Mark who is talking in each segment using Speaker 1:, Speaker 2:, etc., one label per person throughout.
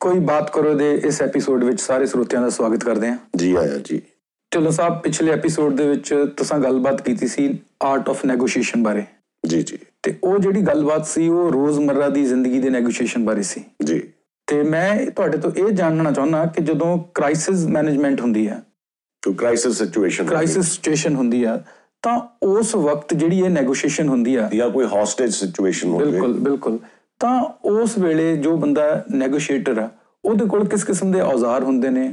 Speaker 1: ਕੋਈ ਬਾਤ ਕਰੋ ਦੇ ਇਸ ਐਪੀਸੋਡ ਵਿੱਚ ਸਾਰੇ ਸਰੋਤਿਆਂ ਦਾ ਸਵਾਗਤ ਕਰਦੇ ਹਾਂ
Speaker 2: ਜੀ ਆਇਆ ਜੀ
Speaker 1: ਢਿੱਲੋਂ ਸਾਹਿਬ ਪਿਛਲੇ ਐਪੀਸੋਡ ਦੇ ਵਿੱਚ ਤੁਸੀਂ ਗੱਲਬਾਤ ਕੀਤੀ ਸੀ ਆਰਟ ਆਫ ਨੈਗੋਸ਼ੀਏਸ਼ਨ ਬਾਰੇ
Speaker 2: ਜੀ ਜੀ
Speaker 1: ਤੇ ਉਹ ਜਿਹੜੀ ਗੱਲਬਾਤ ਸੀ ਉਹ ਰੋਜ਼ਮਰਰਾ ਦੀ ਜ਼ਿੰਦਗੀ ਦੇ ਨੈਗੋਸ਼ੀਏਸ਼ਨ ਬਾਰੇ ਸੀ
Speaker 2: ਜੀ
Speaker 1: ਤੇ ਮੈਂ ਤੁਹਾਡੇ ਤੋਂ ਇਹ ਜਾਣਨਾ ਚਾਹੁੰਦਾ ਕਿ ਜਦੋਂ ਕ੍ਰਾਈਸਿਸ ਮੈਨੇਜਮੈਂਟ ਹੁੰਦੀ ਹੈ
Speaker 2: ਤੋਂ ਕ੍ਰਾਈਸਿਸ ਸਿਚੁਏਸ਼ਨ
Speaker 1: ਕ੍ਰਾਈਸਿਸ ਸਿਚੁਏਸ਼ਨ ਹੁੰਦੀ ਆ ਤਾਂ ਉਸ ਵਕਤ ਜਿਹੜੀ ਇਹ ਨੈਗੋਸ਼ੀਏਸ਼ਨ ਹੁੰਦੀ ਆ
Speaker 2: ਜਾਂ ਕੋਈ ਹੌਸਟੇਜ ਸਿਚੁਏਸ਼ਨ ਹੋਵੇ
Speaker 1: ਬਿਲਕੁਲ ਬਿਲਕੁਲ ਤਾਂ ਉਸ ਵੇਲੇ ਜੋ ਬੰਦਾ ਨੈਗੋਸ਼ੀਏਟਰ ਆ ਉਹਦੇ ਕੋਲ ਕਿਸ ਕਿਸਮ ਦੇ ਔਜ਼ਾਰ ਹੁੰਦੇ ਨੇ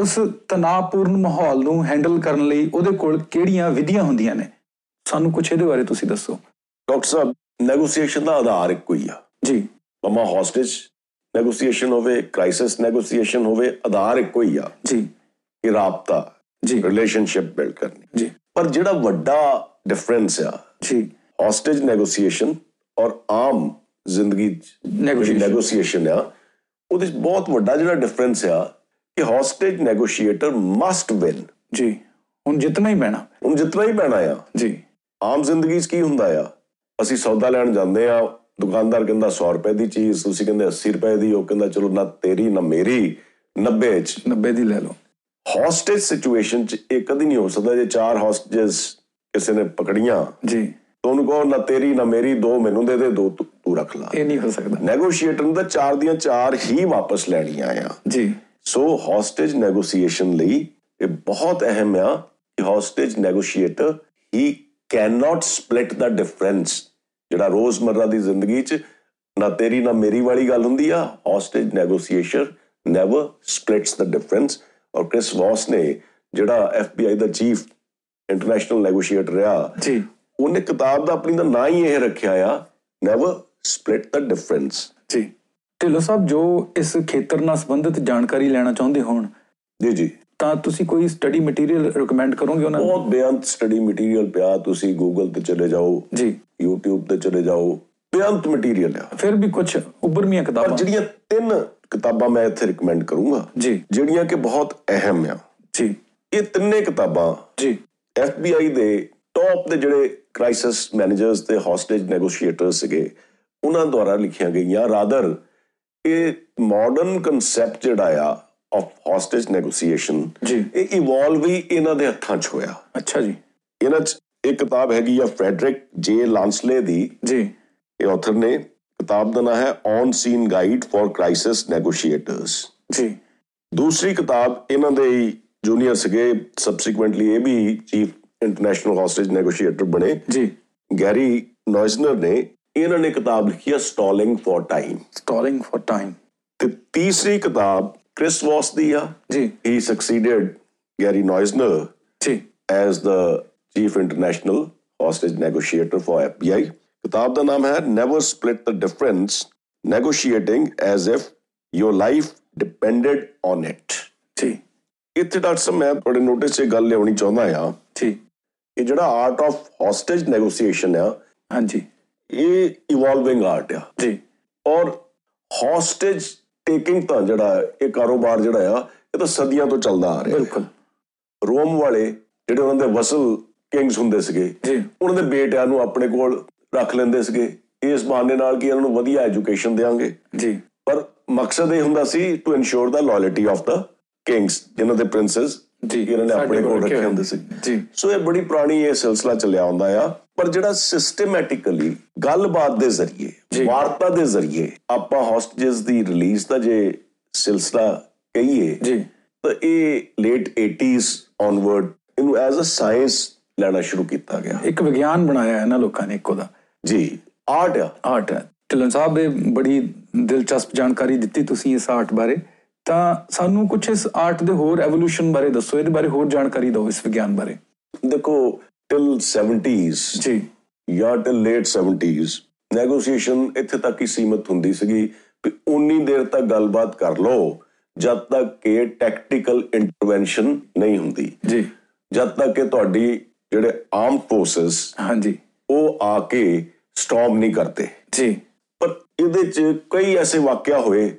Speaker 1: ਉਸ ਤਣਾਅਪੂਰਨ ਮਾਹੌਲ ਨੂੰ ਹੈਂਡਲ ਕਰਨ ਲਈ ਉਹਦੇ ਕੋਲ ਕਿਹੜੀਆਂ ਵਿਧੀਆਂ ਹੁੰਦੀਆਂ ਨੇ ਸਾਨੂੰ ਕੁਝ ਇਹਦੇ ਬਾਰੇ ਤੁਸੀਂ ਦੱਸੋ
Speaker 2: ਡਾਕਟਰ ਸਾਹਿਬ ਨੈਗੋਸੀਏਸ਼ਨ ਦਾ ਆਧਾਰ ਇੱਕੋ ਹੀ ਆ
Speaker 1: ਜੀ
Speaker 2: ਮਮਾ ਹੌਸਟੇਜ ਨੈਗੋਸੀਏਸ਼ਨ ਹੋਵੇ ਕ੍ਰਾਈਸਿਸ ਨੈਗੋਸੀਏਸ਼ਨ ਹੋਵੇ ਆਧਾਰ ਇੱਕੋ ਹੀ ਆ
Speaker 1: ਜੀ
Speaker 2: ਕਿ ਰਾਬਤਾ
Speaker 1: ਜੀ
Speaker 2: ਰਿਲੇਸ਼ਨਸ਼ਿਪ ਬਿਲਡ ਕਰਨੀ
Speaker 1: ਜੀ
Speaker 2: ਪਰ ਜਿਹੜਾ ਵੱਡਾ ਡਿਫਰੈਂਸ ਆ
Speaker 1: ਜੀ
Speaker 2: ਹੌਸਟੇਜ ਨੈਗੋਸੀਏਸ਼ਨ ਔਰ ਆਮ ਜ਼ਿੰਦਗੀ
Speaker 1: Negotiation.
Speaker 2: ਨੈਗੋਸੀਏਸ਼ਨ ਆ ਉਹਦੇ 'ਚ ਬਹੁਤ ਵੱਡਾ ਜਿਹੜਾ ਡਿਫਰੈਂਸ ਆ ਕਿ ਹੌਸਟੇਜ ਨੈਗੋਸ਼ੀਏਟਰ ਮਸਟ ਵਿਨ
Speaker 1: ਜੀ ਹੁਣ ਜਿੱਤਣਾ ਹੀ ਪੈਣਾ
Speaker 2: ਹੁਣ ਜਿੱਤਣਾ ਹੀ ਪੈਣਾ ਆ
Speaker 1: ਜੀ
Speaker 2: ਆਮ ਜ਼ਿੰਦਗੀ 'ਚ ਕੀ ਹੁੰਦਾ ਆ ਅਸੀਂ ਸੌਦਾ ਲੈਣ ਜਾਂਦੇ ਆ ਦੁਕਾਨਦਾਰ ਕਹਿੰਦਾ 100 ਰੁਪਏ ਦੀ ਚੀਜ਼ ਤੁਸੀਂ ਕਹਿੰਦੇ 80 ਰੁਪਏ ਦੀ ਉਹ ਕਹਿੰਦਾ ਚਲੋ ਨਾ ਤੇਰੀ ਨਾ ਮੇਰੀ 90 'ਚ
Speaker 1: 90 ਦੀ ਲੈ ਲਓ
Speaker 2: ਹੌਸਟੇਜ ਸਿਚੁਏਸ਼ਨ 'ਚ ਇਹ ਕਦੀ ਨਹੀਂ ਹੋ ਸਕਦਾ ਜੇ ਚਾਰ ਹੌਸਟੇਜਸ ਕਿਸੇ ਨੇ ਪਕੜੀਆਂ
Speaker 1: ਜੀ
Speaker 2: ਤਾਂ ਉਹਨੂੰ ਕਹੋ ਨਾ ਤੇਰੀ ਨਾ ਮੇਰੀ ਦੋ ਮੈਨੂੰ ਦੇ ਦੇ ਦੋ ਤੂੰ ਤੂੰ ਰੱਖ ਲੈ
Speaker 1: ਇਹ ਨਹੀਂ ਹੋ ਸਕਦਾ
Speaker 2: ਨੈਗੋਸ਼ੀਏਟਰ ਨੂੰ ਤਾਂ ਚਾਰ ਦੀਆਂ ਚਾਰ ਹੀ ਵਾਪਸ ਲੈਣੀਆਂ ਆ
Speaker 1: ਜੀ
Speaker 2: ਸੋ ਹੌਸਟੇਜ ਨੈਗੋਸੀਏਸ਼ਨ ਲਈ ਇਹ ਬਹੁਤ ਅਹਿਮ ਆ ਕਿ hostage negotiator he can not split the difference ਜਿਹੜਾ ਰੋਜ਼ਮਰਰਾ ਦੀ ਜ਼ਿੰਦਗੀ 'ਚ ਨਾ ਤੇਰੀ ਨਾ ਮੇਰੀ ਵਾਲੀ ਗੱਲ ਹੁੰਦੀ ਆ hostage negotiation never splits the difference ਔਰ ਕ੍ਰਿਸ ਵਾਸ ਨੇ ਜਿਹੜਾ FBI ਦਾ ਚੀਫ ਇੰਟਰਨੈਸ਼ਨਲ ਨੈਗੋਸ਼ੀਏਟਰ ਰਿਹਾ
Speaker 1: ਜੀ
Speaker 2: ਉਹਨੇ ਕਿਤਾਬ ਦਾ ਆਪਣੀ ਦਾ ਨਾਂ ਹੀ ਇਹ ਰੱਖਿਆ ਆ ਨੈਵਰ ਸਪਲਿਟ ਦਾ ਡਿਫਰੈਂਸ
Speaker 1: ਜੀ ਢਿੱਲੋਂ ਸਾਹਿਬ ਜੋ ਇਸ ਖੇਤਰ ਨਾਲ ਸੰਬੰਧਿਤ ਜਾਣਕਾਰੀ ਲੈਣਾ ਚਾਹੁੰਦੇ ਹੋਣ
Speaker 2: ਜੀ ਜੀ
Speaker 1: ਤਾਂ ਤੁਸੀਂ ਕੋਈ ਸਟੱਡੀ ਮਟੀਰੀਅਲ ਰეკਮੈਂਡ ਕਰੋਗੇ ਉਹਨਾਂ ਨੂੰ
Speaker 2: ਬਹੁਤ ਬੇਅੰਤ ਸਟੱਡੀ ਮਟੀਰੀਅਲ ਪਿਆ ਤੁਸੀਂ ਗੂਗਲ ਤੇ ਚਲੇ ਜਾਓ
Speaker 1: ਜੀ
Speaker 2: YouTube ਤੇ ਚਲੇ ਜਾਓ ਬੇਅੰਤ ਮਟੀਰੀਅਲ ਆ
Speaker 1: ਫਿਰ ਵੀ ਕੁਝ ਉੱਭਰਮੀਆਂ
Speaker 2: ਪਰ
Speaker 1: ਕਿਤਾਬਾਂ
Speaker 2: ਜਿਹੜੀਆਂ ਤਿੰਨ ਕਿਤਾਬਾਂ ਮੈਂ ਇੱਥੇ ਰეკਮੈਂਡ ਕਰੂੰਗਾ
Speaker 1: ਜੀ
Speaker 2: ਜਿਹੜੀਆਂ ਕਿ ਬਹੁਤ ਅਹਿਮ ਆ
Speaker 1: ਜੀ
Speaker 2: ਇਹ ਤਿੰਨੇ ਕਿਤਾਬਾਂ
Speaker 1: ਜੀ
Speaker 2: FBI ਦੇ ਟੌਪ ਦੇ ਜਿਹੜੇ ਕ੍ਰਾਈਸਿਸ ਮੈਨੇਜਰਸ ਤੇ ਹੌਸਟੇਜ ਨੈਗੋਸ਼ੀਏਟਰ ਸੀਗੇ ਉਹਨਾਂ ਦੁਆਰਾ ਲਿਖੀਆਂ ਗਈਆਂ ਰਾਦਰ ਇਹ ਮਾਡਰਨ ਕਨਸੈਪਟ ਜਿਹੜਾ ਆ ਆਫ ਹੌਸਟੇਜ ਨੈਗੋਸ਼ੀਏਸ਼ਨ
Speaker 1: ਜੀ
Speaker 2: ਇਹ ਇਵੋਲਵ ਹੀ ਇਹਨਾਂ ਦੇ ਹੱਥਾਂ 'ਚ ਹੋਇਆ
Speaker 1: ਅੱਛਾ ਜੀ
Speaker 2: ਇਹਨਾਂ 'ਚ ਇੱਕ ਕਿਤਾਬ ਹੈਗੀ ਆ ਫ੍ਰੈਡਰਿਕ ਜੇ ਲਾਂਸਲੇ ਦੀ
Speaker 1: ਜੀ
Speaker 2: ਇਹ author ਨੇ ਕਿਤਾਬ ਦਾ ਨਾਮ ਹੈ on scene guide for crisis negotiators
Speaker 1: ਜੀ
Speaker 2: ਦੂਸਰੀ ਕਿਤਾਬ ਇਹਨਾਂ ਦੇ ਹੀ ਜੂਨੀਅਰ ਸੀਗੇ ਸਬਸੀਕੁਐਂਟਲੀ ਇਹ ਵੀ ਚੀਫ ਇੰਟਰਨੈਸ਼ਨਲ ਹੌਸਟੇਜ ਨੈਗੋਸ਼ੀਏਟਰ ਬਣੇ
Speaker 1: ਜੀ
Speaker 2: ਗੈਰੀ ਨੋਇਸਨਰ ਨੇ ਇਹਨਾਂ ਨੇ ਕਿਤਾਬ ਲਿਖੀ ਹੈ stalling for time
Speaker 1: stalling for time
Speaker 2: ਤੇ ਤੀਸਰੀ ਕਿਤਾਬ ਕ੍ਰਿਸ ਵਾਸ ਦੀ ਆ
Speaker 1: ਜੀ
Speaker 2: ਹੀ ਸਕਸੀਡਡ ਗੈਰੀ ਨੋਇਸਨਰ
Speaker 1: ਜੀ
Speaker 2: as the chief international hostage negotiator for FBI. ਕਿਤਾਬ ਦਾ ਨਾਮ ਹੈ Never Split the Difference Negotiating as if your life depended on it.
Speaker 1: ਜੀ
Speaker 2: ਇੱਥੇ ਡਾਕਟਰ ਸਾਹਿਬ ਮੈਂ ਤੁਹਾਡੇ ਨੋਟਿਸ 'ਚ ਇਹ ਗੱਲ ਲਿਆਉਣੀ ਚਾਹੁੰਦਾ ਆ
Speaker 1: ਜੀ
Speaker 2: ਕਿ ਜਿਹੜਾ ਆਰਟ ਆਫ ਹੌਸਟੇਜ ਨੈਗੋਸੀਏਸ਼ਨ ਆ
Speaker 1: ਹਾਂਜੀ
Speaker 2: ਇਹ ਇਵੋਲਵਿੰਗ ਆਰਟ ਆ
Speaker 1: ਜੀ
Speaker 2: ਔਰ ਹੌਸਟੇਜ ਟੇਕਿੰਗ ਤਾਂ ਜਿਹੜਾ ਇਹ ਕਾਰੋਬਾਰ ਜਿਹੜਾ ਆ ਇਹ ਤਾਂ ਸਦੀਆਂ ਤੋਂ ਚੱਲਦਾ ਆ ਰਿਹਾ
Speaker 1: ਬਿਲਕੁਲ
Speaker 2: ਰੋਮ ਵਾਲੇ ਜਿਹੜੇ ਉਹਨਾਂ ਦੇ ਵਸਲ ਕਿੰਗਸ ਹੁੰਦੇ ਸੀਗੇ
Speaker 1: ਜੀ
Speaker 2: ਉਹਨਾਂ ਦੇ ਬੇਟਿਆਂ ਨੂੰ ਆਪਣੇ ਕੋਲ ਰੱਖ ਲੈਂਦੇ ਸੀਗੇ ਇਸ ਬਹਾਨੇ ਨਾਲ ਕਿ ਇਹਨਾਂ ਨੂੰ ਵਧੀਆ ਐਜੂਕੇਸ਼ਨ ਦੇਵਾਂਗੇ
Speaker 1: ਜੀ
Speaker 2: ਪਰ ਮਕਸਦ ਇਹ ਹੁੰਦਾ ਸੀ to ensure the loyalty of the kings ਜਿਨ੍ਹਾਂ ਦੇ ਪ੍ਰਿੰਸਸ
Speaker 1: ਜੀ
Speaker 2: ਇਹਨਾਂ ਨੇ ਆਪਣੇ ਕੋਲ ਰੱਖੇ ਹੁੰਦੇ ਸੀ
Speaker 1: ਜੀ
Speaker 2: ਸੋ ਇਹ ਬੜੀ ਪੁਰਾਣੀ ਇਹ ਸਿਲਸਿਲਾ ਚੱਲਿਆ ਆਉਂਦਾ ਆ ਪਰ ਜਿਹੜਾ ਸਿਸਟਮੈਟਿਕਲੀ ਗੱਲਬਾਤ ਦੇ ਜ਼ਰੀਏ
Speaker 1: ਜੀ।
Speaker 2: ਵਾਰਤਾ ਦੇ ਜ਼ਰੀਏ ਆਪਾਂ ਹੌਸਟੇਜਸ ਦੀ ਰਿਲੀਜ਼ ਦਾ ਜੇ ਸਿਲਸਿਲਾ ਕਹੀਏ
Speaker 1: ਜੀ
Speaker 2: ਤਾਂ ਇਹ ਲੇਟ 80s ਔਨਵਰਡ ਇਹਨੂੰ ਐਜ਼ ਅ ਸਾਇੰਸ ਲੈਣਾ ਸ਼ੁਰੂ ਕੀਤਾ ਗਿਆ
Speaker 1: ਇੱਕ ਵਿਗਿਆਨ ਬਣਾਇਆ ਹੈ ਨਾ ਲੋਕਾਂ ਨੇ ਇੱਕੋ ਦਾ
Speaker 2: ਜੀ ਆਰਟ ਆ
Speaker 1: ਆਰਟ ਹੈ ਢਿੱਲੋਂ ਸਾਹਿਬ ਇਹ ਬੜੀ ਦਿਲਚਸਪ ਜਾਣਕਾਰੀ ਦਿੱਤੀ ਤੁਸੀਂ ਇਸ ਆਰਟ ਬਾਰੇ ਤਾਂ ਸਾਨੂੰ ਕੁਝ ਇਸ ਆਰਟ ਦੇ ਹੋਰ ਐਵੋਲੂਸ਼ਨ ਬਾਰੇ ਦੱਸੋ ਇਹਦੇ ਬਾਰੇ ਹੋਰ ਜਾਣਕਾਰੀ ਦਿਓ ਇਸ ਵਿਗਿਆਨ ਬਾਰੇ
Speaker 2: ਦੇਖੋ ਟਿਲ 70s
Speaker 1: ਜੀ
Speaker 2: ਜਾਂ ਟਿਲ ਲੇਟ 70s ਨੈਗੋਸ਼ੀਏਸ਼ਨ ਇੱਥੇ ਤੱਕ ਹੀ ਸੀਮਤ ਹੁੰਦੀ ਸੀਗੀ ਕਿ ਉਨੀ ਦੇਰ ਤੱਕ ਗੱਲਬਾਤ ਕਰ ਲਓ ਜਦ ਤੱਕ ਕਿ ਟੈਕਟੀਕਲ ਇੰਟਰਵੈਂਸ਼ਨ ਨਹੀਂ ਹੁੰਦੀ
Speaker 1: ਜੀ
Speaker 2: ਜਦ ਤੱਕ ਕਿ ਤੁਹਾਡੀ ਜਿਹੜੇ ਆਰਮ ਫੋਰਸਸ
Speaker 1: ਹਾਂਜੀ
Speaker 2: ਉਹ ਆ ਕੇ ਸਟਾਰਮ ਨਹੀਂ ਕਰਦੇ
Speaker 1: ਜੀ
Speaker 2: ਪਰ ਇਹਦੇ 'ਚ ਕਈ ਐਸੇ ਵਾਕਿਆ ਹੋਏ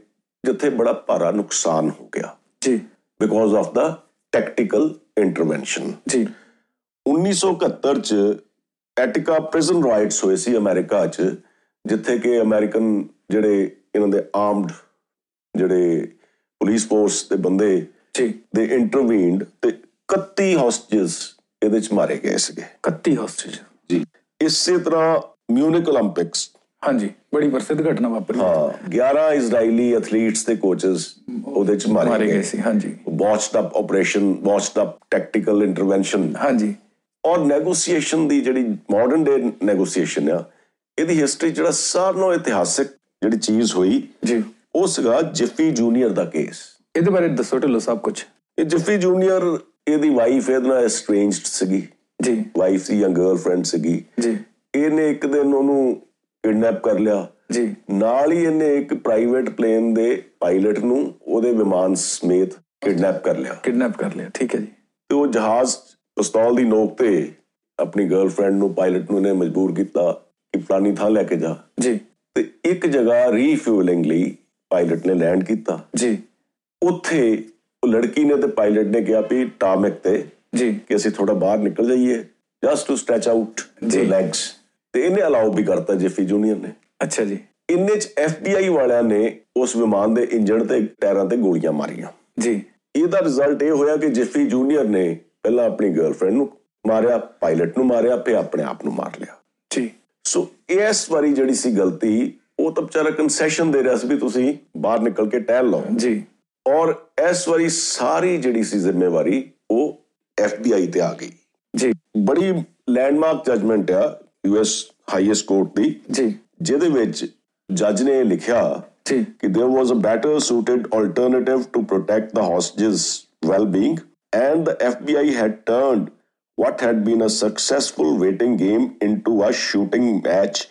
Speaker 2: ਜਿੱਥੇ ਬੜਾ ਭਾਰਾ ਨੁਕਸਾਨ ਹੋ ਗਿਆ
Speaker 1: ਜੀ
Speaker 2: because of the tactical intervention
Speaker 1: ਜੀ
Speaker 2: 1971 ਚ ਐਟਿਕਾ ਪ੍ਰਿਜ਼ਨ ਰਾਈਟਸ ਹੋਏ ਸੀ ਅਮਰੀਕਾ ਚ ਜਿੱਥੇ ਕਿ ਅਮਰੀਕਨ ਜਿਹੜੇ ਇਹਨਾਂ ਦੇ ਆਰਮਡ ਜਿਹੜੇ ਪੁਲਿਸ ਫੋਰਸ ਦੇ ਬੰਦੇ
Speaker 1: ਜੀ
Speaker 2: ਦੇ ਇੰਟਰਵੀਨਡ ਤੇ 31 ਹੌਸਟੇਜਸ ਇਹਦੇ ਚ ਮਾਰੇ ਗਏ ਸੀਗੇ
Speaker 1: 31 ਹੌਸਟੇਜ
Speaker 2: ਜੀ ਇਸੇ ਤਰ੍ਹਾਂ ਮਿਊਨਿਕ 올림픽ਸ
Speaker 1: ਹਾਂਜੀ ਬੜੀ ਪ੍ਰਸਿੱਧ ਘਟਨਾ ਵਾਪਰੀ
Speaker 2: ਹਾਂ 11 ਇਜ਼ਰਾਈਲੀ ਐਥਲੀਟਸ ਤੇ ਕੋਚਸ ਉਹਦੇ ਚ ਮਾਰੇ
Speaker 1: ਮਾਰੇ
Speaker 2: ਗਏ
Speaker 1: ਗਏ ਸੀ ਹਾਂਜੀ
Speaker 2: watched up operation watched up tactical intervention
Speaker 1: ਹਾਂਜੀ
Speaker 2: ਔਰ ਨੈਗੋਸੀਏਸ਼ਨ ਦੀ ਜਿਹੜੀ ਮਾਡਰਨ ਡੇ ਨੈਗੋਸੀਏਸ਼ਨ ਆ ਇਹਦੀ ਹਿਸਟਰੀ ਜਿਹੜਾ ਸਾਰਿਆਂ ਨਾਲੋਂ ਇਤਿਹਾਸਿਕ ਜਿਹੜੀ ਚੀਜ਼ ਹੋਈ
Speaker 1: ਜੀ
Speaker 2: ਉਹ ਸੀਗਾ ਜਿਫੀ ਜੂਨੀਅਰ ਦਾ ਕੇਸ
Speaker 1: ਇਹਦੇ ਬਾਰੇ ਦੱਸੋ ਢਿੱਲੋ ਸਾਹਿਬ ਕੁਝ
Speaker 2: ਇਹ ਜਿਫੀ ਜੂਨੀਅਰ ਇਹਦੀ ਵਾਈਫ ਇਹਦੇ ਨਾਲ estranged ਸੀਗੀ
Speaker 1: ਜੀ
Speaker 2: ਵਾਈਫ ਸੀ ਜਾਂ ਗਰਲਫ੍ਰੈਂਡ ਸੀਗੀ
Speaker 1: ਜੀ
Speaker 2: ਇਹਨੇ ਇੱਕ ਦਿਨ ਉਹਨੂੰ ਕਿਡਨੈਪ ਕਰ ਲਿਆ
Speaker 1: ਜੀ
Speaker 2: ਨਾਲ ਹੀ ਇਹਨੇ ਇੱਕ ਪ੍ਰਾਈਵੇਟ ਪਲੇਨ ਦੇ ਪਾਇਲਟ ਨੂੰ ਉਹਦੇ ਵਿਮਾਨ ਸਮੇਤ ਕਿਡਨੈਪ ਕਰ ਲਿਆ
Speaker 1: ਕਿਡਨੈਪ ਕਰ ਲਿਆ ਠੀਕ ਹੈ ਜੀ
Speaker 2: ਤੇ ਉਹ ਜਹਾਜ਼ ਪਿਸਤੌਲ ਦੀ ਨੋਕ ਤੇ ਆਪਣੀ ਗਰਲਫ੍ਰੈਂਡ ਨੂੰ ਪਾਇਲਟ ਨੂੰ ਇਹਨੇ ਮਜਬੂਰ ਕੀਤਾ ਕਿ ਫਲਾਨੀ ਥਾਂ ਲੈ ਕੇ ਜਾ
Speaker 1: ਜੀ
Speaker 2: ਤੇ ਇੱਕ ਜਗ੍ਹਾ ਰੀਫਿਊਲਿੰਗ ਲਈ ਪਾਇਲਟ ਨੇ ਲੈਂਡ ਕੀਤਾ
Speaker 1: ਜੀ
Speaker 2: ਉੱਥੇ ਉਹ ਲੜਕੀ ਨੇ ਤੇ ਪਾਇਲਟ ਨੇ ਕਿਹਾ ਵੀ ਟਾਮਿਕ ਤੇ
Speaker 1: ਜੀ
Speaker 2: ਕਿ ਅਸੀਂ ਥੋੜਾ ਬਾਹਰ ਨਿਕਲ ਜਾਈਏ ਜਸਟ ਟੂ ਸਟ੍ਰੈਚ ਆਊਟ
Speaker 1: ਜੀ।
Speaker 2: ਦੇ ਲੈਗਸ ਤੇ ਇਹਨੇ ਅਲਾਉ ਵੀ ਕਰਤਾ ਜੇਫੀ ਜੂਨੀਅਰ ਨੇ
Speaker 1: ਅੱਛਾ ਜੀ
Speaker 2: ਇੰਨੇ ਚ FBI ਵਾਲਿਆਂ ਨੇ ਉਸ ਵਿਮਾਨ ਦੇ ਇੰਜਣ ਤੇ ਟਾਇਰਾਂ ਤੇ ਗੋਲੀਆਂ ਮਾਰੀਆਂ
Speaker 1: ਜੀ
Speaker 2: ਇਹਦਾ ਰਿਜ਼ਲਟ ਇਹ ਹੋਇਆ ਕਿ ਜੇਫੀ ਜੂਨੀਅਰ ਨੇ ਪਹਿਲਾਂ ਆਪਣੀ ਗਰਲਫ੍ਰੈਂਡ ਨੂੰ ਮਾਰਿਆ ਪਾਇਲਟ ਨੂੰ ਮਾਰਿਆ ਫਿਰ ਆਪਣੇ ਆਪ ਨੂੰ ਮਾਰ ਲਿਆ
Speaker 1: ਜੀ
Speaker 2: ਸੋ ਇਸ ਵਾਰੀ ਜਿਹੜੀ ਸੀ ਗਲਤੀ ਉਹ ਤਾਂ ਵਿਚਾਰਾ ਕਨਸੈਸ਼ਨ ਦੇ ਰਿਹਾ ਸੀ ਵੀ ਤੁਸੀਂ ਬਾਹਰ ਨਿਕਲ ਕੇ ਟਹਿਲ ਲਓ
Speaker 1: ਜੀ
Speaker 2: ਔਰ ਇਸ ਵਾਰੀ ਸਾਰੀ ਜਿਹੜੀ ਸੀ ਜ਼ਿੰਮੇਵਾਰੀ ਉਹ FBI ਤੇ ਆ ਗਈ
Speaker 1: ਜੀ
Speaker 2: ਬੜੀ ਲੈਂਡਮਾਰਕ ਜਜਮੈਂਟ ਆ US ਹਾਈਐਸਟ ਕੋਰਟ ਦੀ
Speaker 1: ਜੀ
Speaker 2: ਜਿਹਦੇ ਵਿੱਚ ਜੱਜ ਨੇ ਇਹ ਲਿਖਿਆ
Speaker 1: ਜੀ
Speaker 2: ਕਿ there was a better suited alternative to protect the hostages' well-being and the FBI had turned what had been a successful waiting game into a shooting match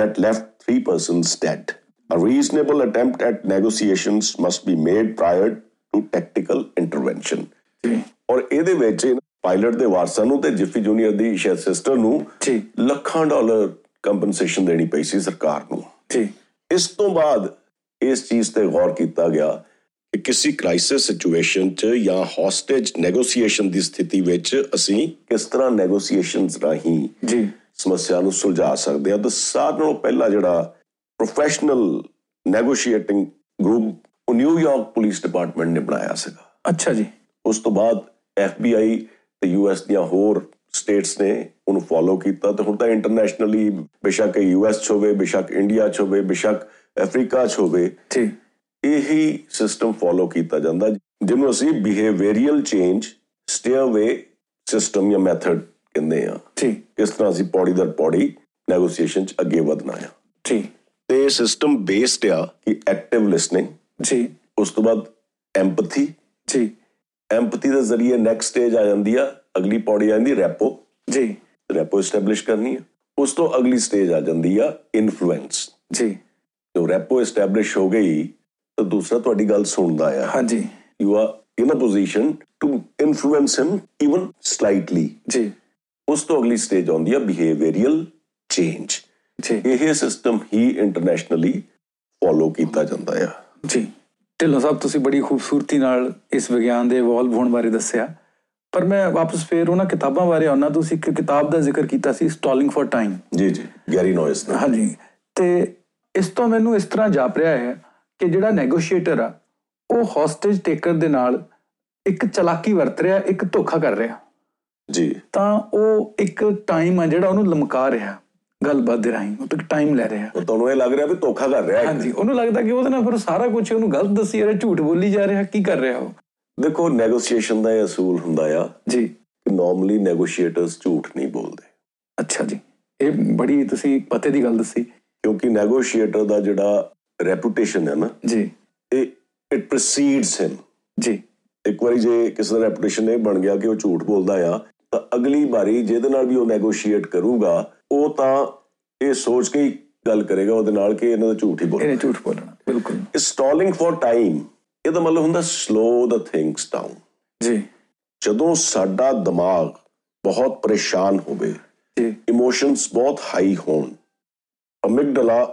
Speaker 2: that left three persons dead. A reasonable attempt at negotiations must be made prior to tactical intervention.
Speaker 1: ਜੀ
Speaker 2: ਔਰ ਇਹਦੇ ਵਿੱਚ pilot ਦੇ ਵਾਰਸਾਂ ਨੂੰ ਤੇ ਜਿਫੀ junior ਦੀ ਸ਼ਾਇਦ sister ਨੂੰ
Speaker 1: ਜੀ।
Speaker 2: ਲੱਖਾਂ ਡਾਲਰ ਕੰਪਨਸੇਸ਼ਨ ਦੇਣੀ ਪਈ ਸੀ ਸਰਕਾਰ ਨੂੰ
Speaker 1: ਜੀ
Speaker 2: ਇਸ ਤੋਂ ਬਾਅਦ ਇਸ ਚੀਜ਼ ਤੇ ਗੌਰ ਕੀਤਾ ਗਿਆ ਕਿ ਕਿਸੇ ਕ੍ਰਾਈਸਿਸ ਸਿਚੁਏਸ਼ਨ 'ਚ ਜਾਂ ਹੌਸਟੇਜ ਨੈਗੋਸੀਏਸ਼ਨ ਦੀ ਸਥਿਤੀ ਵਿੱਚ ਅਸੀਂ ਕਿਸ ਤਰ੍ਹਾਂ ਨੈਗੋਸੀਏਸ਼ਨਸ ਰਾਹੀਂ
Speaker 1: ਜੀ
Speaker 2: ਸਮੱਸਿਆ ਨੂੰ ਸੁਲਝਾ ਸਕਦੇ ਹਾਂ ਤਾਂ ਸਾਰਿਆਂ ਨਾਲੋਂ ਪਹਿਲਾ ਜਿਹੜਾ ਪ੍ਰੋਫੈਸ਼ਨਲ ਨੈਗੋਸ਼ੀਏਟਿੰਗ ਗਰੁੱਪ ਉਹ ਨਿਊਯਾਰਕ ਪੁਲਿਸ ਡਿਪਾਰਟਮੈਂਟ ਨੇ ਬਣਾਇਆ ਸੀਗਾ
Speaker 1: ਅੱਛਾ ਜੀ
Speaker 2: ਉਸ ਤੋਂ ਬਾਅਦ FBI ਤੇ US ਦੀਆਂ ਹੋਰ ਸਟੇਟਸ ਨੇ ਉਹਨੂੰ ਫੋਲੋ ਕੀਤਾ ਤੇ ਹੁਣ ਤਾਂ ਇੰਟਰਨੈਸ਼ਨਲੀ ਬਿਸ਼ੱਕ US 'ਚ ਹੋਵੇ ਬਿਸ਼ੱਕ ਇੰਡੀਆ 'ਚ ਹੋਵੇ ਬਿਸ਼ੱਕ ਅਫਰੀਕਾ 'ਚ ਹੋਵੇ
Speaker 1: ਜੀ
Speaker 2: ਇਹੀ ਸਿਸਟਮ ਫੋਲੋ ਕੀਤਾ ਜਾਂਦਾ ਜਿਹਨੂੰ ਅਸੀਂ ਬਿਹੇਵੀਅਰਲ ਚੇਂਜ ਸਟੇਅਰਵੇ ਸਿਸਟਮ ਜਾਂ ਮੈਥਡ ਕਹਿੰਦੇ ਆ
Speaker 1: ਜੀ
Speaker 2: ਇਸ ਤਰ੍ਹਾਂ ਅਸੀਂ ਪੌੜੀ ਦਰ ਪੌੜੀ ਨੈਗੋਸੀਏਸ਼ਨ 'ਚ ਅੱਗੇ ਵਧਣਾ ਆ
Speaker 1: ਜੀ
Speaker 2: ਤੇ ਇਹ ਸਿਸਟਮ ਬੇਸਡ ਆ ਕਿ ਐਕਟਿਵ ਲਿਸਨਿੰਗ
Speaker 1: ਜੀ
Speaker 2: ਉਸ ਤੋਂ ਬਾਅਦ ਐਮਪਥੀ
Speaker 1: ਜੀ
Speaker 2: ਐਮਪਥੀ ਦੇ ਜ਼ਰੀਏ ਨੈਕਸਟ ਸਟੇਜ ਆ ਜਾਂਦੀ ਆ ਅਗਲੀ ਪੌੜੀ ਆ ਜਾਂਦੀ ਰੈਪੋ
Speaker 1: ਜੀ
Speaker 2: ਰੈਪੋ ਐਸਟੈਬਲਿਸ਼ ਕਰਨੀ ਆ ਉਸ ਤੋਂ ਅਗਲੀ ਸਟੇਜ ਆ ਜਾਂਦੀ ਆ ਇਨਫਲੂਐਂਸ
Speaker 1: ਜੀ
Speaker 2: ਜੋ ਰੈਪੋ ਐਸਟੈਬਲਿਸ਼ ਹੋ ਗਈ ਤਾਂ ਦੂਸਰਾ ਤੁਹਾਡੀ ਗੱਲ ਸੁਣਦਾ ਆ
Speaker 1: ਹਾਂਜੀ
Speaker 2: you are in a position to influence him even slightly
Speaker 1: ਜੀ
Speaker 2: ਉਸ ਤੋਂ ਅਗਲੀ ਸਟੇਜ ਆਉਂਦੀ ਆ ਬਿਹੇਵੀਅਰਲ ਚੇਂਜ
Speaker 1: ਜੀ
Speaker 2: ਇਹ ਸਿਸਟਮ ਹੀ ਇੰਟਰਨੈਸ਼ਨਲੀ ਫੋਲੋ ਕੀਤਾ ਜਾਂਦਾ ਆ
Speaker 1: ਜੀ ਢਿੱਲੋਂ ਸਾਹਿਬ ਤੁਸੀਂ ਬੜੀ ਖੂਬਸੂਰਤੀ ਨਾਲ ਇਸ ਵਿਗਿਆਨ ਦੇ ਇਵੋਲਵ ਹੋਣ ਬਾਰੇ ਦੱਸਿਆ ਪਰ ਮੈਂ ਵਾਪਸ ਫੇਰ ਉਹਨਾਂ ਕਿਤਾਬਾਂ ਬਾਰੇ ਆਉਣਾ ਤੁਸੀਂ ਇੱਕ ਕਿਤਾਬ ਦਾ ਜ਼ਿਕਰ ਕੀਤਾ ਸੀ ਸਟਾਲਿੰਗ ਫॉर ਟਾਈਮ
Speaker 2: ਜੀ ਜੀ ਗੈਰੀ ਨੋਇਸ ਦਾ
Speaker 1: ਹਾਂਜੀ ਤੇ ਇਸ ਤੋਂ ਮੈਨੂੰ ਇਸ ਤਰ੍ਹਾਂ ਜਾਪ ਰਿਹਾ ਹੈ ਕਿ ਜਿਹੜਾ ਨੈਗੋਸ਼ੀਏਟਰ ਆ ਉਹ ਹੌਸਟੇਜ ਟੇਕਰ ਦੇ ਨਾਲ ਇੱਕ ਚਲਾਕੀ ਵਰਤ ਰਿਹਾ ਇੱਕ ਧੋਖਾ ਕਰ ਰਿਹਾ
Speaker 2: ਜੀ
Speaker 1: ਤਾਂ ਉਹ ਇੱਕ ਟਾਈਮ ਆ ਜਿਹੜਾ ਉਹਨੂੰ ਲਮਕਾ ਰਿਹਾ ਗੱਲਬਾਤ ਦੇ ਰਾਹੀਂ ਉਹ ਤੱਕ ਟਾਈਮ ਲੈ ਰਿਹਾ
Speaker 2: ਉਹ ਤੁਹਾਨੂੰ ਇਹ ਲੱਗ ਰਿਹਾ ਵੀ ਧੋਖਾ ਕਰ ਰਿਹਾ ਹੈ
Speaker 1: ਹਾਂਜੀ ਉਹਨੂੰ ਲੱਗਦਾ ਕਿ ਉਹਦੇ ਨਾਲ ਫਿਰ ਸਾਰਾ ਕੁਝ ਉਹਨੂੰ ਗਲਤ ਦੱਸੀ ਜਾ ਰਿਹਾ ਝੂਠ ਬੋਲੀ ਜਾ ਰਿਹਾ ਕੀ ਕਰ ਰਿਹਾ ਉਹ
Speaker 2: ਦੇਖੋ ਨੈਗੋਸ਼ੀਏਸ਼ਨ ਦਾ ਇਹ ਅਸੂਲ ਹੁੰਦਾ ਆ
Speaker 1: ਜੀ
Speaker 2: ਕਿ ਨਾਰਮਲੀ ਨੈਗੋਸ਼ੀਏਟਰਸ ਝੂਠ ਨਹੀਂ ਬੋਲਦੇ
Speaker 1: ਅੱਛਾ ਜੀ ਇਹ ਬੜੀ ਤੁਸੀਂ ਪਤੇ ਦੀ ਗੱਲ ਦੱਸੀ
Speaker 2: ਕਿਉਂਕਿ ਨੈਗੋਸ਼ੀਏਟਰ ਦਾ ਜਿਹੜਾ ਰੈਪੂਟੇਸ਼ਨ ਹੈ ਨਾ
Speaker 1: ਜੀ
Speaker 2: ਇਹ ਇਟ ਪ੍ਰੀਸੀਡਸ ਹਿਮ
Speaker 1: ਜੀ
Speaker 2: ਇੱਕ ਵਾਰੀ ਜੇ ਕਿਸੇ ਦਾ ਰੈਪੂਟੇਸ਼ਨ ਇਹ ਬਣ ਗਿਆ ਕਿ ਉਹ ਝੂਠ ਬੋਲਦਾ ਆ ਤਾਂ ਅਗਲੀ ਵਾਰੀ ਜਿਹਦੇ ਨਾਲ ਵੀ ਉਹ ਨੈਗੋਸ਼ੀਏਟ ਕਰੂਗਾ ਉਹ ਤਾਂ ਇਹ ਸੋਚ ਕੇ ਹੀ ਗੱਲ ਕਰੇਗਾ ਉਹਦੇ ਨਾਲ ਕਿ ਇਹਨਾਂ ਦਾ ਝੂਠ ਹੀ ਬੋਲ
Speaker 1: ਇਹਨੇ ਝੂਠ ਬੋਲਣਾ ਬਿਲਕੁਲ
Speaker 2: ਸਟਾਲਿੰਗ ਫॉर ਟਾਈਮ ਇਹਦਾ ਮਤਲਬ ਹੁੰਦਾ ਸਲੋ ਦਾ ਥਿੰਗਸ ਡਾਊਨ
Speaker 1: ਜੀ
Speaker 2: ਜਦੋਂ ਸਾਡਾ ਦਿਮਾਗ ਬਹੁਤ ਪਰੇਸ਼ਾਨ ਹੋਵੇ
Speaker 1: ਜੀ
Speaker 2: ਇਮੋਸ਼ਨਸ ਬਹੁਤ ਹਾਈ ਹੋਣ ਅਮਿਗਡਲਾ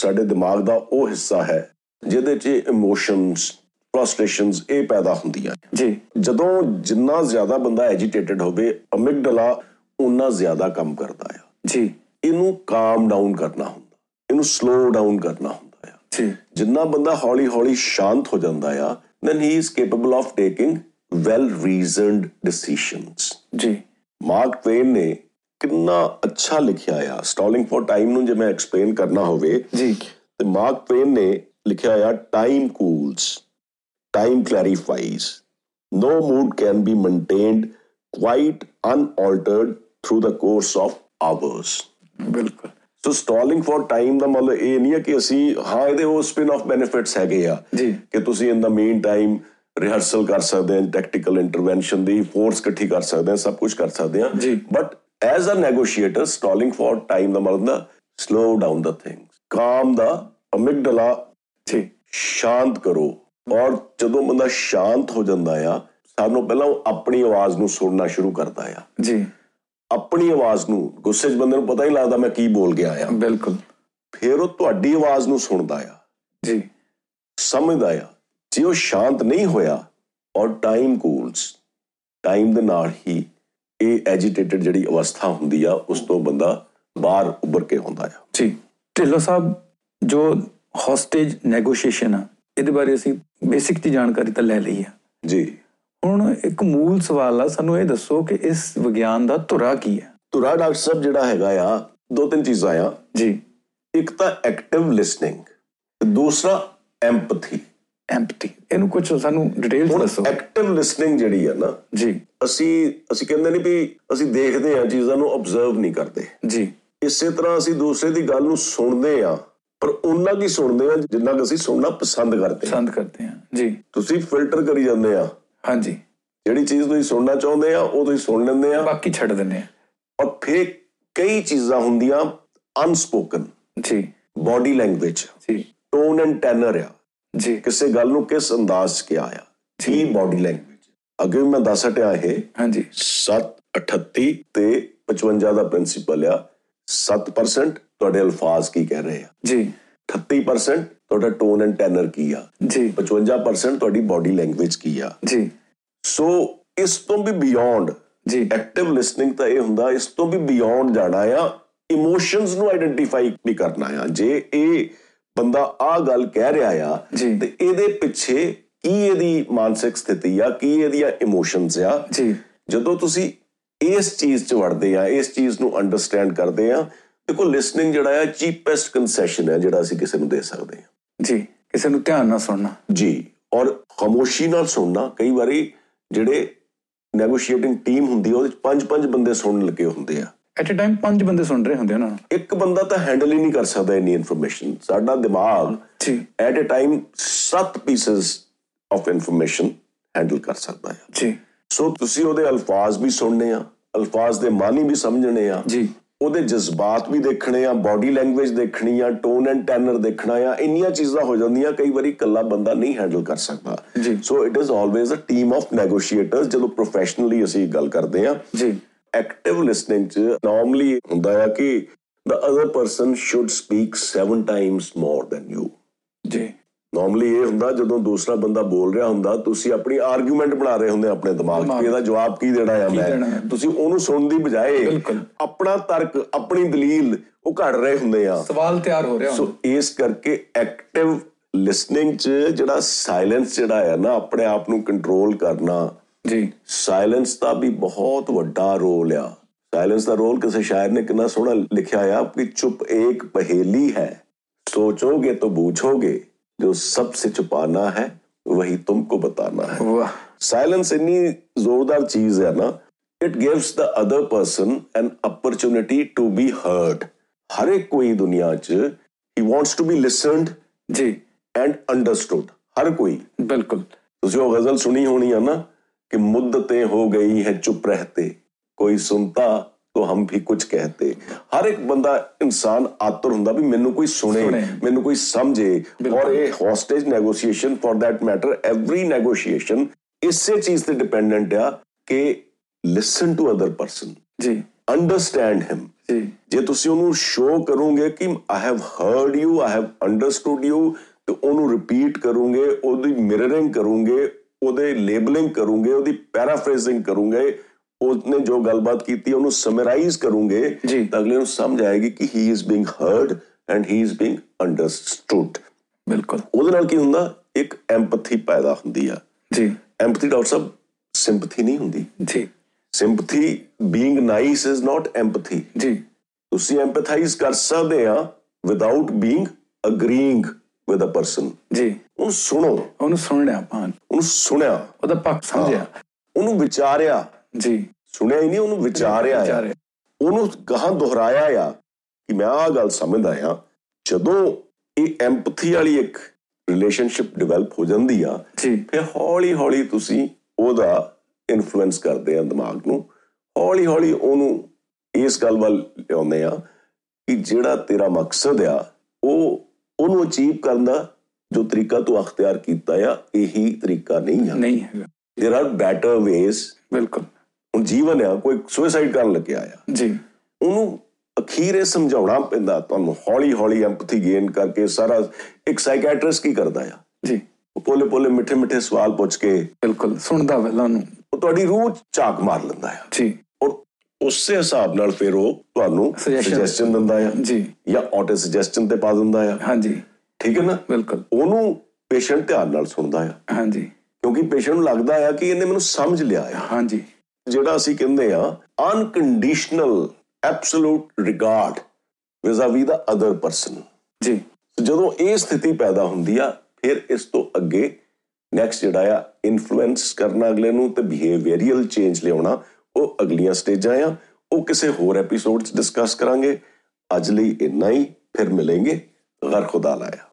Speaker 2: ਸਾਡੇ ਦਿਮਾਗ ਦਾ ਉਹ ਹਿੱਸਾ ਹੈ ਜਿਹਦੇ 'ਚ ਇਮੋਸ਼ਨਸ ਫਰਸਟ੍ਰੇਸ਼ਨਸ ਇਹ ਪੈਦਾ ਹੁੰਦੀਆਂ ਨੇ।
Speaker 1: ਜੀ
Speaker 2: ਜਦੋਂ ਜਿੰਨਾ ਜ਼ਿਆਦਾ ਬੰਦਾ ਐਜੀਟੇਟਡ ਹੋਵੇ ਅਮਿਗਡਲਾ ਉਨਾ ਜ਼ਿਆਦਾ ਕੰਮ ਕਰਦਾ ਆ
Speaker 1: ਜੀ
Speaker 2: ਇਹਨੂੰ ਕਾਮ ਡਾਊਨ ਕਰਨਾ ਹੁੰਦਾ ਇਹਨੂੰ ਸਲੋ ਡਾਊਨ ਕਰਨਾ ਹੁੰਦਾ ਆ
Speaker 1: ਜੀ
Speaker 2: ਜਿੰਨਾ ਬੰਦਾ ਹੌਲੀ-ਹੌਲੀ ਸ਼ਾਂਤ ਹੋ ਜਾਂਦਾ ਆ then he is capable of taking well reasoned decisions
Speaker 1: ਜੀ
Speaker 2: ਮਾਰਕ ਟਵੇਨ ਨੇ ਕਿੰਨਾ ਅੱਛਾ ਲਿਖਿਆ ਆ ਸਟਾਲਿੰਗ ਫॉर ਟਾਈਮ ਨੂੰ ਜੇ ਮੈਂ ਐਕਸਪਲੇਨ ਕਰਨਾ ਹੋਵੇ
Speaker 1: ਜੀ
Speaker 2: ਤੇ ਮਾਰਕ ਟਵੇਨ ਨੇ ਲਿਖਿਆ ਆ time cools time clarifies no mood can be maintained quite unaltered through the course of hours
Speaker 1: ਬਿਲਕੁਲ
Speaker 2: ਸੋ ਸਟਾਲਿੰਗ ਫॉर ਟਾਈਮ ਦਾ ਮਤਲਬ ਇਹ ਨਹੀਂ ਹੈ ਕਿ ਅਸੀਂ ਹਾਂ ਇਹਦੇ ਉਹ ਸਪਿਨ ਆਫ ਬੈਨੀਫਿਟਸ ਹੈਗੇ ਆ
Speaker 1: ਜੀ।
Speaker 2: ਕਿ ਤੁਸੀਂ in the meantime rehearsal ਕਰ ਸਕਦੇ ਹੋ ਟੈਕਟੀਕਲ ਇੰਟਰਵੈਂਸ਼ਨ ਦੀ ਫੋਰਸ ਇਕੱਠੀ ਕਰ ਸਕਦੇ ਹੋ ਸਭ ਕੁਝ ਕਰ ਸਕਦੇ ਹਾਂ
Speaker 1: ਜੀ।
Speaker 2: But as a negotiator stalling for time ਦਾ ਮਤਲਬ ਹੁੰਦਾ slow down the things calm the amygdala
Speaker 1: ਜੀ
Speaker 2: ਸ਼ਾਂਤ ਕਰੋ ਔਰ ਜਦੋਂ ਬੰਦਾ ਸ਼ਾਂਤ ਹੋ ਜਾਂਦਾ ਆ ਸਾਨੂੰ ਪਹਿਲਾਂ ਉਹ ਆਪਣੀ ਆਵਾਜ਼ ਨੂੰ ਸੁਣਨਾ ਸ਼ੁਰੂ ਕਰਦਾ ਆ
Speaker 1: ਜੀ
Speaker 2: ਆਪਣੀ ਆਵਾਜ਼ ਨੂੰ ਗੁੱਸੇ 'ਚ ਬੰਦੇ ਨੂੰ ਪਤਾ ਹੀ ਨਹੀਂ ਲੱਗਦਾ ਮੈਂ ਕੀ ਬੋਲ ਗਿਆ ਆ
Speaker 1: ਬਿਲਕੁਲ
Speaker 2: ਫਿਰ ਉਹ ਤੁਹਾਡੀ ਆਵਾਜ਼ ਨੂੰ ਸੁਣਦਾ ਆ
Speaker 1: ਜੀ
Speaker 2: ਸਮਝਦਾ ਆ ਜੇ ਉਹ ਸ਼ਾਂਤ ਨਹੀਂ ਹੋਇਆ ਔਰ ਟਾਈਮ ਕੂਲਸ ਟਾਈਮ ਦੇ ਨਾਲ ਹੀ ਇਹ ਐਜੀਟੇਟਡ ਜਿਹੜੀ ਅਵਸਥਾ ਹੁੰਦੀ ਆ ਉਸ ਤੋਂ ਬੰਦਾ ਬਾਹਰ ਉੱਭਰ ਕੇ ਹੁੰਦਾ ਆ
Speaker 1: ਜੀ ਢਿੱਲੋਂ ਸਾਹਿਬ ਜੋ ਹੌਸਟੇਜ ਨੈਗੋਸ਼ੀਏਸ਼ਨ ਆ ਇਹਦੇ ਬਾਰੇ ਅਸੀਂ ਬੇਸਿਕ ਦੀ ਜਾਣਕਾਰੀ ਤਾਂ ਲੈ ਲਈ ਆ
Speaker 2: ਜੀ
Speaker 1: ਹੁਣ ਇੱਕ ਮੂਲ ਸਵਾਲ ਆ ਸਾਨੂੰ ਇਹ ਦੱਸੋ ਕਿ ਇਸ ਵਿਗਿਆਨ ਦਾ ਧੁਰਾ ਕੀ ਹੈ
Speaker 2: ਤੁਰਾ ਡਾਕਟਰ ਸਾਹਿਬ ਜਿਹੜਾ ਹੈਗਾ ਆ ਦੋ ਤਿੰਨ ਚੀਜ਼ਾਂ ਆ
Speaker 1: ਜੀ
Speaker 2: ਇੱਕ ਤਾਂ ਐਕਟਿਵ ਲਿਸਨਿੰਗ ਤੇ ਦੂਸਰਾ ਐਮਪਥੀ
Speaker 1: ਐਮਪਟੀ ਇਹਨੂੰ ਕੁਝ ਸਾਨੂੰ ਡਿਟੇਲ
Speaker 2: ਹੁਣ
Speaker 1: ਦੱਸੋ
Speaker 2: ਐਕਟਿਵ ਲਿਸਨਿੰਗ ਜਿਹੜੀ ਆ ਨਾ
Speaker 1: ਜੀ
Speaker 2: ਅਸੀਂ ਅਸੀਂ ਕਹਿੰਦੇ ਨਹੀਂ ਵੀ ਅਸੀਂ ਦੇਖਦੇ ਆ ਚੀਜ਼ਾਂ ਨੂੰ ਆਬਜ਼ਰਵ ਨਹੀਂ ਕਰਦੇ
Speaker 1: ਜੀ
Speaker 2: ਇਸੇ ਤਰ੍ਹਾਂ ਅਸੀਂ ਦੂਸਰੇ ਦੀ ਗੱਲ ਨੂੰ ਸੁਣਦੇ ਆ ਪਰ ਉਹਨਾਂ ਕੀ ਸੁਣਦੇ ਆ ਜਿੰਨਾ ਕਿ ਅਸੀਂ ਸੁਣਨਾ ਪਸੰਦ ਕਰਦੇ ਆ
Speaker 1: ਪਸੰਦ ਕਰਦੇ ਹਾਂ ਜੀ
Speaker 2: ਤੁਸੀਂ ਫਿਲਟਰ ਕਰੀ ਜਾਂਦੇ ਆ
Speaker 1: ਹਾਂਜੀ
Speaker 2: ਜਿਹੜੀ ਚੀਜ਼ ਤੁਸੀਂ ਸੁਣਨਾ ਚਾਹੁੰਦੇ ਆ ਉਹ ਤੁਸੀਂ ਸੁਣ ਲੈਂਦੇ ਆ
Speaker 1: ਬਾਕੀ ਛੱਡ ਦਿੰਨੇ ਆ
Speaker 2: ਔਰ ਫਿਰ ਕਈ ਚੀਜ਼ਾਂ ਹੁੰਦੀਆਂ ਅਨਸਪੋਕਨ
Speaker 1: ਜੀ
Speaker 2: ਬਾਡੀ ਲੈਂਗੁਏਜ
Speaker 1: ਜੀ
Speaker 2: ਟੋਨ ਐਂਡ ਟੈਨਰ ਆ
Speaker 1: ਜੀ
Speaker 2: ਕਿਸੇ ਗੱਲ ਨੂੰ ਕਿਸ ਅੰਦਾਜ਼ 'ਚ ਕਿਹਾ ਆ ਕੀ ਬਾਡੀ ਲੈਂਗੁਏਜ ਅੱਗੇ ਵੀ ਮੈਂ ਦੱਸ ਹਟਿਆ ਇਹ
Speaker 1: ਹਾਂਜੀ
Speaker 2: 7 38 ਤੇ 55 ਦਾ ਪ੍ਰਿੰਸੀਪਲ ਆ 7% ਤੁਹਾਡੇ ਅਲਫਾਜ਼ ਕੀ ਕਹਿ ਰਹੇ ਆ
Speaker 1: ਜੀ
Speaker 2: 38% ਤੁਹਾਡਾ ਟੋਨ ਐਂਡ ਟੈਨਰ ਕੀ ਆ
Speaker 1: ਜੀ
Speaker 2: 55% ਤੁਹਾਡੀ ਬਾਡੀ ਲੈਂਗੁਏਜ ਕੀ ਆ
Speaker 1: ਜੀ
Speaker 2: ਸੋ ਇਸ ਤੋਂ ਵੀ ਬਿਯੋਂਡ
Speaker 1: ਜੀ
Speaker 2: ਐਕਟਿਵ ਲਿਸਨਿੰਗ ਤਾਂ ਇਹ ਹੁੰਦਾ ਇਸ ਤੋਂ ਵੀ ਬਿਯੋਂਡ ਜਾਣਾ ਆ ਇਮੋਸ਼ਨਸ ਨੂੰ ਆਇਡੈਂਟੀਫਾਈ ਵੀ ਕਰਨਾ ਆ ਜੇ ਇਹ ਬੰਦਾ ਆ ਗੱਲ ਕਹਿ ਰਿਹਾ ਆ
Speaker 1: ਜੀ।
Speaker 2: ਤੇ ਇਹਦੇ ਪਿੱਛੇ ਕੀ ਇਹਦੀ ਮਾਨਸਿਕ ਸਥਿਤੀ ਆ ਕੀ ਇਹਦੀਆਂ ਇਮੋਸ਼ਨਸ ਆ
Speaker 1: ਜੀ
Speaker 2: ਜਦੋਂ ਤੁਸੀਂ ਇਸ ਚੀਜ਼ 'ਚ ਵੜਦੇ ਆ ਇਸ ਚੀਜ਼ ਨੂੰ ਅੰਡਰਸਟੈਂਡ ਕਰਦੇ ਆ ਦੇਖੋ ਲਿਸਨਿੰਗ ਜਿਹੜਾ ਆ ਚੀਪੈਸਟ ਕਨਸੈਸ਼ਨ ਹੈ ਜਿਹੜਾ ਅਸੀਂ ਕਿਸੇ ਨੂੰ ਦੇ ਸਕਦੇ ਆ
Speaker 1: ਜੀ ਕਿਸੇ ਨੂੰ ਧਿਆਨ ਨਾਲ ਸੁਣਨਾ
Speaker 2: ਜੀ ਔਰ ਖਾਮੋਸ਼ੀ ਨਾਲ ਸੁਣਨਾ ਕਈ ਵਾਰੀ ਜਿਹੜੇ ਨੈਗੋਸ਼ੀਏਟਿੰਗ ਟੀਮ ਹੁੰਦੀ ਆ ਉਹਦੇ 'ਚ ਪੰਜ ਪੰਜ ਬੰਦੇ ਸੁਣਨ ਲੱਗੇ ਹੁੰਦੇ ਆ
Speaker 1: ਐਟ ਅ ਟਾਈਮ ਪੰਜ ਬੰਦੇ ਸੁਣ ਰਹੇ ਹੁੰਦੇ ਉਹਨਾਂ ਨੂੰ
Speaker 2: ਇੱਕ ਬੰਦਾ ਤਾਂ ਹੈਂਡਲ ਹੀ ਨਹੀਂ ਕਰ ਸਕਦਾ ਇੰਨੀ ਇਨਫੋਰਮੇਸ਼ਨ ਸਾਡਾ ਦਿਮਾਗ
Speaker 1: ਜੀ
Speaker 2: at a time 7 pieces of information handle ਕਰ ਸਕਦਾ ਹੈ
Speaker 1: ਜੀ
Speaker 2: ਸੋ ਤੁਸੀਂ ਉਹਦੇ ਅਲਫਾਜ਼ ਵੀ ਸੁਣਨੇ ਆ ਅਲਫਾਜ਼ ਦੇ ਮਾਨੀ ਵੀ ਸਮਝਣੇ ਆ
Speaker 1: ਜੀ
Speaker 2: ਉਹਦੇ ਜਜ਼ਬਾਤ ਵੀ ਦੇਖਣੇ ਆ ਬਾਡੀ ਲੈਂਗੁਏਜ ਦੇਖਣੀ ਆ ਟੋਨ ਐਂਡ ਟੈਨਰ ਦੇਖਣਾ ਆ ਇੰਨੀਆਂ ਚੀਜ਼ਾਂ ਹੋ ਜਾਂਦੀਆਂ ਕਈ ਵਾਰੀ ਇਕੱਲਾ ਬੰਦਾ ਨਹੀਂ ਹੈਂਡਲ ਕਰ ਸਕਦਾ
Speaker 1: ਜੀ।
Speaker 2: So it is always a team of negotiators ਜਦੋਂ ਪ੍ਰੋਫੈਸ਼ਨਲੀ ਅਸੀਂ ਗੱਲ ਕਰਦੇ ਆ
Speaker 1: ਜੀ
Speaker 2: ਐਕਟਿਵ ਲਿਸਨਿੰਗ ਚ ਨਾਰਮਲੀ ਹੁੰਦਾ ਹੈ ਕਿ the other person should speak 7 times more than you
Speaker 1: ਜੀ
Speaker 2: ਨਾਰਮਲੀ ਇਹ ਹੁੰਦਾ ਜਦੋਂ ਦੂਸਰਾ ਬੰਦਾ ਬੋਲ ਰਿਹਾ ਹੁੰਦਾ ਤੁਸੀਂ ਆਪਣੀ ਆਰਗੂਮੈਂਟ ਬਣਾ ਰਹੇ ਹੁੰਦੇ ਆਪਣੇ ਦਿਮਾਗ 'ਚ
Speaker 1: ਦਿਮਾਗ
Speaker 2: ਕਿ ਇਹਦਾ ਜਵਾਬ ਕੀ ਦੇਣਾ ਆ
Speaker 1: ਦੇਣਾ
Speaker 2: ਮੈਂ
Speaker 1: ਹੈ?
Speaker 2: ਤੁਸੀਂ ਉਹਨੂੰ ਸੁਣਨ ਦੀ ਬਜਾਏ
Speaker 1: ਬਿਲਕੁਲ।
Speaker 2: ਆਪਣਾ ਤਰਕ ਆਪਣੀ ਦਲੀਲ ਉਹ ਘੜ ਰਹੇ ਹੁੰਦੇ ਆ
Speaker 1: ਸਵਾਲ ਤਿਆਰ ਹੋ ਰਿਹਾ
Speaker 2: ਸੋ ਇਸ ਕਰਕੇ ਐਕਟਿਵ ਲਿਸਨਿੰਗ 'ਚ ਜਿਹੜਾ ਸਾਇਲੈਂਸ ਜਿਹੜਾ ਆ ਨਾ ਆਪਣੇ ਆਪ ਨੂੰ ਕੰਟਰੋਲ ਕਰਨਾ
Speaker 1: ਜੀ
Speaker 2: ਸਾਇਲੈਂਸ ਦਾ ਵੀ ਬਹੁਤ ਵੱਡਾ ਰੋਲ ਆ ਸਾਇਲੈਂਸ ਦਾ ਰੋਲ ਕਿਸੇ ਸ਼ਾਇਰ ਨੇ ਕਿੰਨਾ ਸੋਹਣਾ ਲਿਖਿਆ ਆ ਕਿ ਚੁੱਪ ਇੱਕ ਪਹੇਲੀ ਹੈ ਸੋਚੋਗੇ ਤਾਂ ਬੂਝੋਗੇ ਜੋ ਸਭ ਸੇ ਛੁਪਾਨਾ ਹੈ ਵਹੀ ਤੁਮਕੋ ਬਤਾਨਾ ਹੈ
Speaker 1: ਵਾਹ
Speaker 2: ਸਾਇਲੈਂਸ ਇੰਨੀ ਜ਼ੋਰਦਾਰ ਚੀਜ਼ ਹੈ ਨਾ it gives the other person an opportunity to be heard ਹਰ ਇੱਕ ਕੋਈ ਦੁਨੀਆ 'ਚ ਹੀ ਵਾਂਟਸ ਟੂ ਬੀ ਲਿਸਨਡ
Speaker 1: ਜੀ
Speaker 2: ਐਂਡ ਅੰਡਰਸਟੂਡ ਹਰ ਕੋਈ
Speaker 1: ਬਿਲਕੁਲ
Speaker 2: ਤੁਸੀਂ ਉਹ ਗਜ਼ਲ ਸੁਣੀ ਹੋਣੀ ਆ ਨਾ ਕਿ ਮੁੱਦਤੇ ਹੋ ਗਈ ਹੈ ਚੁੱਪ ਰਹਤੇ ਕੋਈ ਸੁਣਤਾ ਤੋ ਹਮ ਵੀ ਕੁਝ ਕਹਤੇ ਹਰ ਇੱਕ ਬੰਦਾ ਇਨਸਾਨ ਆਤੁਰ ਹੁੰਦਾ ਵੀ ਮੈਨੂੰ ਕੋਈ ਸੁਣੇ
Speaker 1: ਸੁਣੇ।
Speaker 2: ਮੈਨੂੰ ਕੋਈ ਸਮਝੇ
Speaker 1: ਬਿਲਕੁਲ।
Speaker 2: ਔਰ ਇਹ hostage negotiation for that matter every negotiation ਇਸੇ ਚੀਜ਼ ਤੇ ਡਿਪੈਂਡੈਂਟ ਆ ਕਿ ਲਿਸਨ ਟੂ ਅਦਰ ਪਰਸਨ
Speaker 1: ਜੀ
Speaker 2: ਅੰਡਰਸਟੈਂਡ ਹਿਮ
Speaker 1: ਜੀ
Speaker 2: ਜੇ ਤੁਸੀਂ ਉਹਨੂੰ ਸ਼ੋ ਕਰੋਗੇ ਕਿ I have heard you I have understood you ਤੇ ਉਹਨੂੰ ਰਿਪੀਟ ਕਰੋਗੇ ਉਹਦੀ ਮਿਰਰਿੰਗ ਕਰੋਗੇ ਉਹਦੇ ਲੇਬਲਿੰਗ ਕਰੋਗੇ ਉਹਦੀ ਪੈਰਾਫ੍ਰੇਜ਼ਿੰਗ ਕਰੋਗੇ ਉਹਨੇ ਜੋ ਗੱਲਬਾਤ ਕੀਤੀ ਉਹਨੂੰ ਸਮਰਾਈਜ਼ ਕਰੋਗੇ
Speaker 1: ਜੀ।
Speaker 2: ਤਾਂ ਅਗਲੇ ਨੂੰ ਸਮਝ ਆਏਗੀ ਕਿ he is being heard and he is being understood
Speaker 1: ਬਿਲਕੁਲ
Speaker 2: ਉਹਦੇ ਨਾਲ ਕੀ ਹੁੰਦਾ ਇੱਕ ਐਮਪਥੀ ਪੈਦਾ ਹੁੰਦੀ ਆ
Speaker 1: ਜੀ
Speaker 2: ਐਮਪਥੀ ਡਾਕਟਰ ਸਾਹਿਬ ਸਿੰਪਥੀ ਨਹੀਂ ਹੁੰਦੀ
Speaker 1: ਜੀ
Speaker 2: sympathy being nice is not empathy
Speaker 1: ਜੀ
Speaker 2: ਤੁਸੀਂ ਐਮਪਥਾਈਜ਼ ਕਰ ਸਕਦੇ ਆ without being agreeing with a person
Speaker 1: ਜੀ
Speaker 2: ਉਹਨੂੰ ਸੁਣੋ ਉਹਨੂੰ
Speaker 1: ਉਹਨੂੰ ਸੁਣਨਾ ਆਪਾਂ
Speaker 2: ਸੁਣਿਆ
Speaker 1: ਉਹਦਾ ਪੱਖ ਸਮਝਿਆ
Speaker 2: ਉਹਨੂੰ ਵਿਚਾਰਿਆ
Speaker 1: ਜੀ
Speaker 2: ਸੁਣਿਆ ਹੀ ਨਹੀਂ ਉਹਨੂੰ ਵਿਚਾਰਿਆ ਆ।
Speaker 1: ਵਿਚਾਰਿਆ।
Speaker 2: ਉਹਨੂੰ ਗਾਹਾਂ ਦੁਹਰਾਇਆ ਆ ਕਿ ਮੈਂ ਆਹ ਗੱਲ ਸਮਝਦਾ ਆ ਜਦੋਂ ਇਹ ਐਮਪਥੀ ਵਾਲੀ ਇੱਕ ਰਿਲੇਸ਼ਨਸ਼ਿਪ ਡਿਵੈਲਪ ਹੋ ਜਾਂਦੀ ਆ
Speaker 1: ਜੀ
Speaker 2: ਫਿਰ ਹੌਲੀ ਹੌਲੀ ਤੁਸੀਂ ਉਹਦਾ ਇਨਫਲੂਐਂਸ ਕਰਦੇ ਆ ਦਿਮਾਗ ਨੂੰ ਹੌਲੀ ਹੌਲੀ ਉਹਨੂੰ ਇਸ ਗੱਲ ਵੱਲ ਲਿਆਉਂਦੇ ਆ ਕਿ ਜਿਹੜਾ ਤੇਰਾ ਮਕਸਦ ਆ ਉਹ ਉਹਨੂੰ ਅਚੀਵ ਕਰਨ ਦਾ ਜੋ ਤਰੀਕਾ ਤੂੰ ਅਖਤਿਆਰ ਕੀਤਾ ਆ ਇਹੀ ਤਰੀਕਾ ਨਹੀਂ ਆ
Speaker 1: ਨਹੀਂ ਹੈਗਾ
Speaker 2: there are better ways
Speaker 1: ਬਿਲਕੁਲ
Speaker 2: ਹੁਣ ਜੀਵਨ ਆ ਕੋਈ ਸੁਸਾਈਡ ਕਰਨ ਲੱਗਿਆ ਆ
Speaker 1: ਜੀ
Speaker 2: ਉਹਨੂੰ ਅਖੀਰ ਇਹ ਸਮਝਾਉਣਾ ਪੈਂਦਾ ਤੁਹਾਨੂੰ ਹੌਲੀ ਹੌਲੀ ਐਮਪਥੀ ਗੇਨ ਕਰਕੇ ਸਾਰਾ ਇੱਕ ਸਾਈਕੈਟ੍ਰਿਸਟ ਕੀ ਕਰਦਾ ਆ
Speaker 1: ਜੀ
Speaker 2: ਉਹ ਪੋਲੇ ਪੋਲੇ ਮਿੱਠੇ ਮਿੱਠੇ ਸਵਾਲ ਪੁੱਛ ਕੇ
Speaker 1: ਬਿਲਕੁਲ ਸੁਣਦਾ ਪਹਿਲਾਂ ਨੂੰ
Speaker 2: ਉਹ ਤੁਹਾਡੀ ਰੂਹ 'ਚ ਝਾਕ ਮਾਰ ਲੈਂਦਾ ਆ
Speaker 1: ਜੀ
Speaker 2: ਔਰ ਉਸੇ ਹਿਸਾਬ ਨਾਲ ਫਿਰ ਉਹ ਤੁਹਾਨੂੰ
Speaker 1: Suggestion-
Speaker 2: ਸੁਜੈਸ਼ਨ ਦਿੰਦਾ ਆ
Speaker 1: ਜੀ
Speaker 2: ਜਾਂ ਆਟੋ ਸੁਜੈਸ਼ਨ ਤੇ ਪਾ ਦਿੰਦਾ ਆ
Speaker 1: ਹਾਂਜੀ
Speaker 2: ਠੀਕ ਹੈ ਨਾ
Speaker 1: ਬਿਲਕੁਲ
Speaker 2: ਉਹਨੂੰ ਪੇਸ਼ੈਂਟ ਧਿਆਨ ਨਾਲ ਸੁਣਦਾ ਆ
Speaker 1: ਹਾਂਜੀ
Speaker 2: ਕਿਉਂਕਿ ਪੇਸ਼ੈਂਟ ਨੂੰ ਲੱਗਦਾ ਆ ਕਿ ਇਹਨੇ ਮੈਨੂੰ ਸਮਝ ਲਿਆ ਆ
Speaker 1: ਹਾਂਜੀ
Speaker 2: ਜਿਹੜਾ ਅਸੀਂ ਕਹਿੰਦੇ ਆ unconditional absolute regard ਵਿਜ਼ਾਵੀ the other person
Speaker 1: ਜੀ
Speaker 2: ਜਦੋਂ ਇਹ ਸਥਿਤੀ ਪੈਦਾ ਹੁੰਦੀ ਆ ਫਿਰ ਇਸ ਤੋਂ ਅੱਗੇ ਨੈਕਸਟ ਜਿਹੜਾ ਆ ਇਨਫਲੂਐਂਸ ਕਰਨਾ ਅਗਲੇ ਨੂੰ ਤੇ ਬਿਹੇਵੀਅਰਲ ਚੇਂਜ ਲਿਆਉਣਾ ਉਹ ਅਗਲੀਆਂ ਸਟੇਜਾਂ ਆ ਉਹ ਕਿਸੇ ਹੋਰ ਐਪੀਸੋਡ 'ਚ ਡਿਸਕਸ ਕਰਾਂਗੇ ਅੱਜ ਲਈ ਇੰਨਾ ਹੀ ਫਿਰ ਮਿਲਾਂਗੇ ਗਰ ਖੁਦਾ ਲਾਇਆ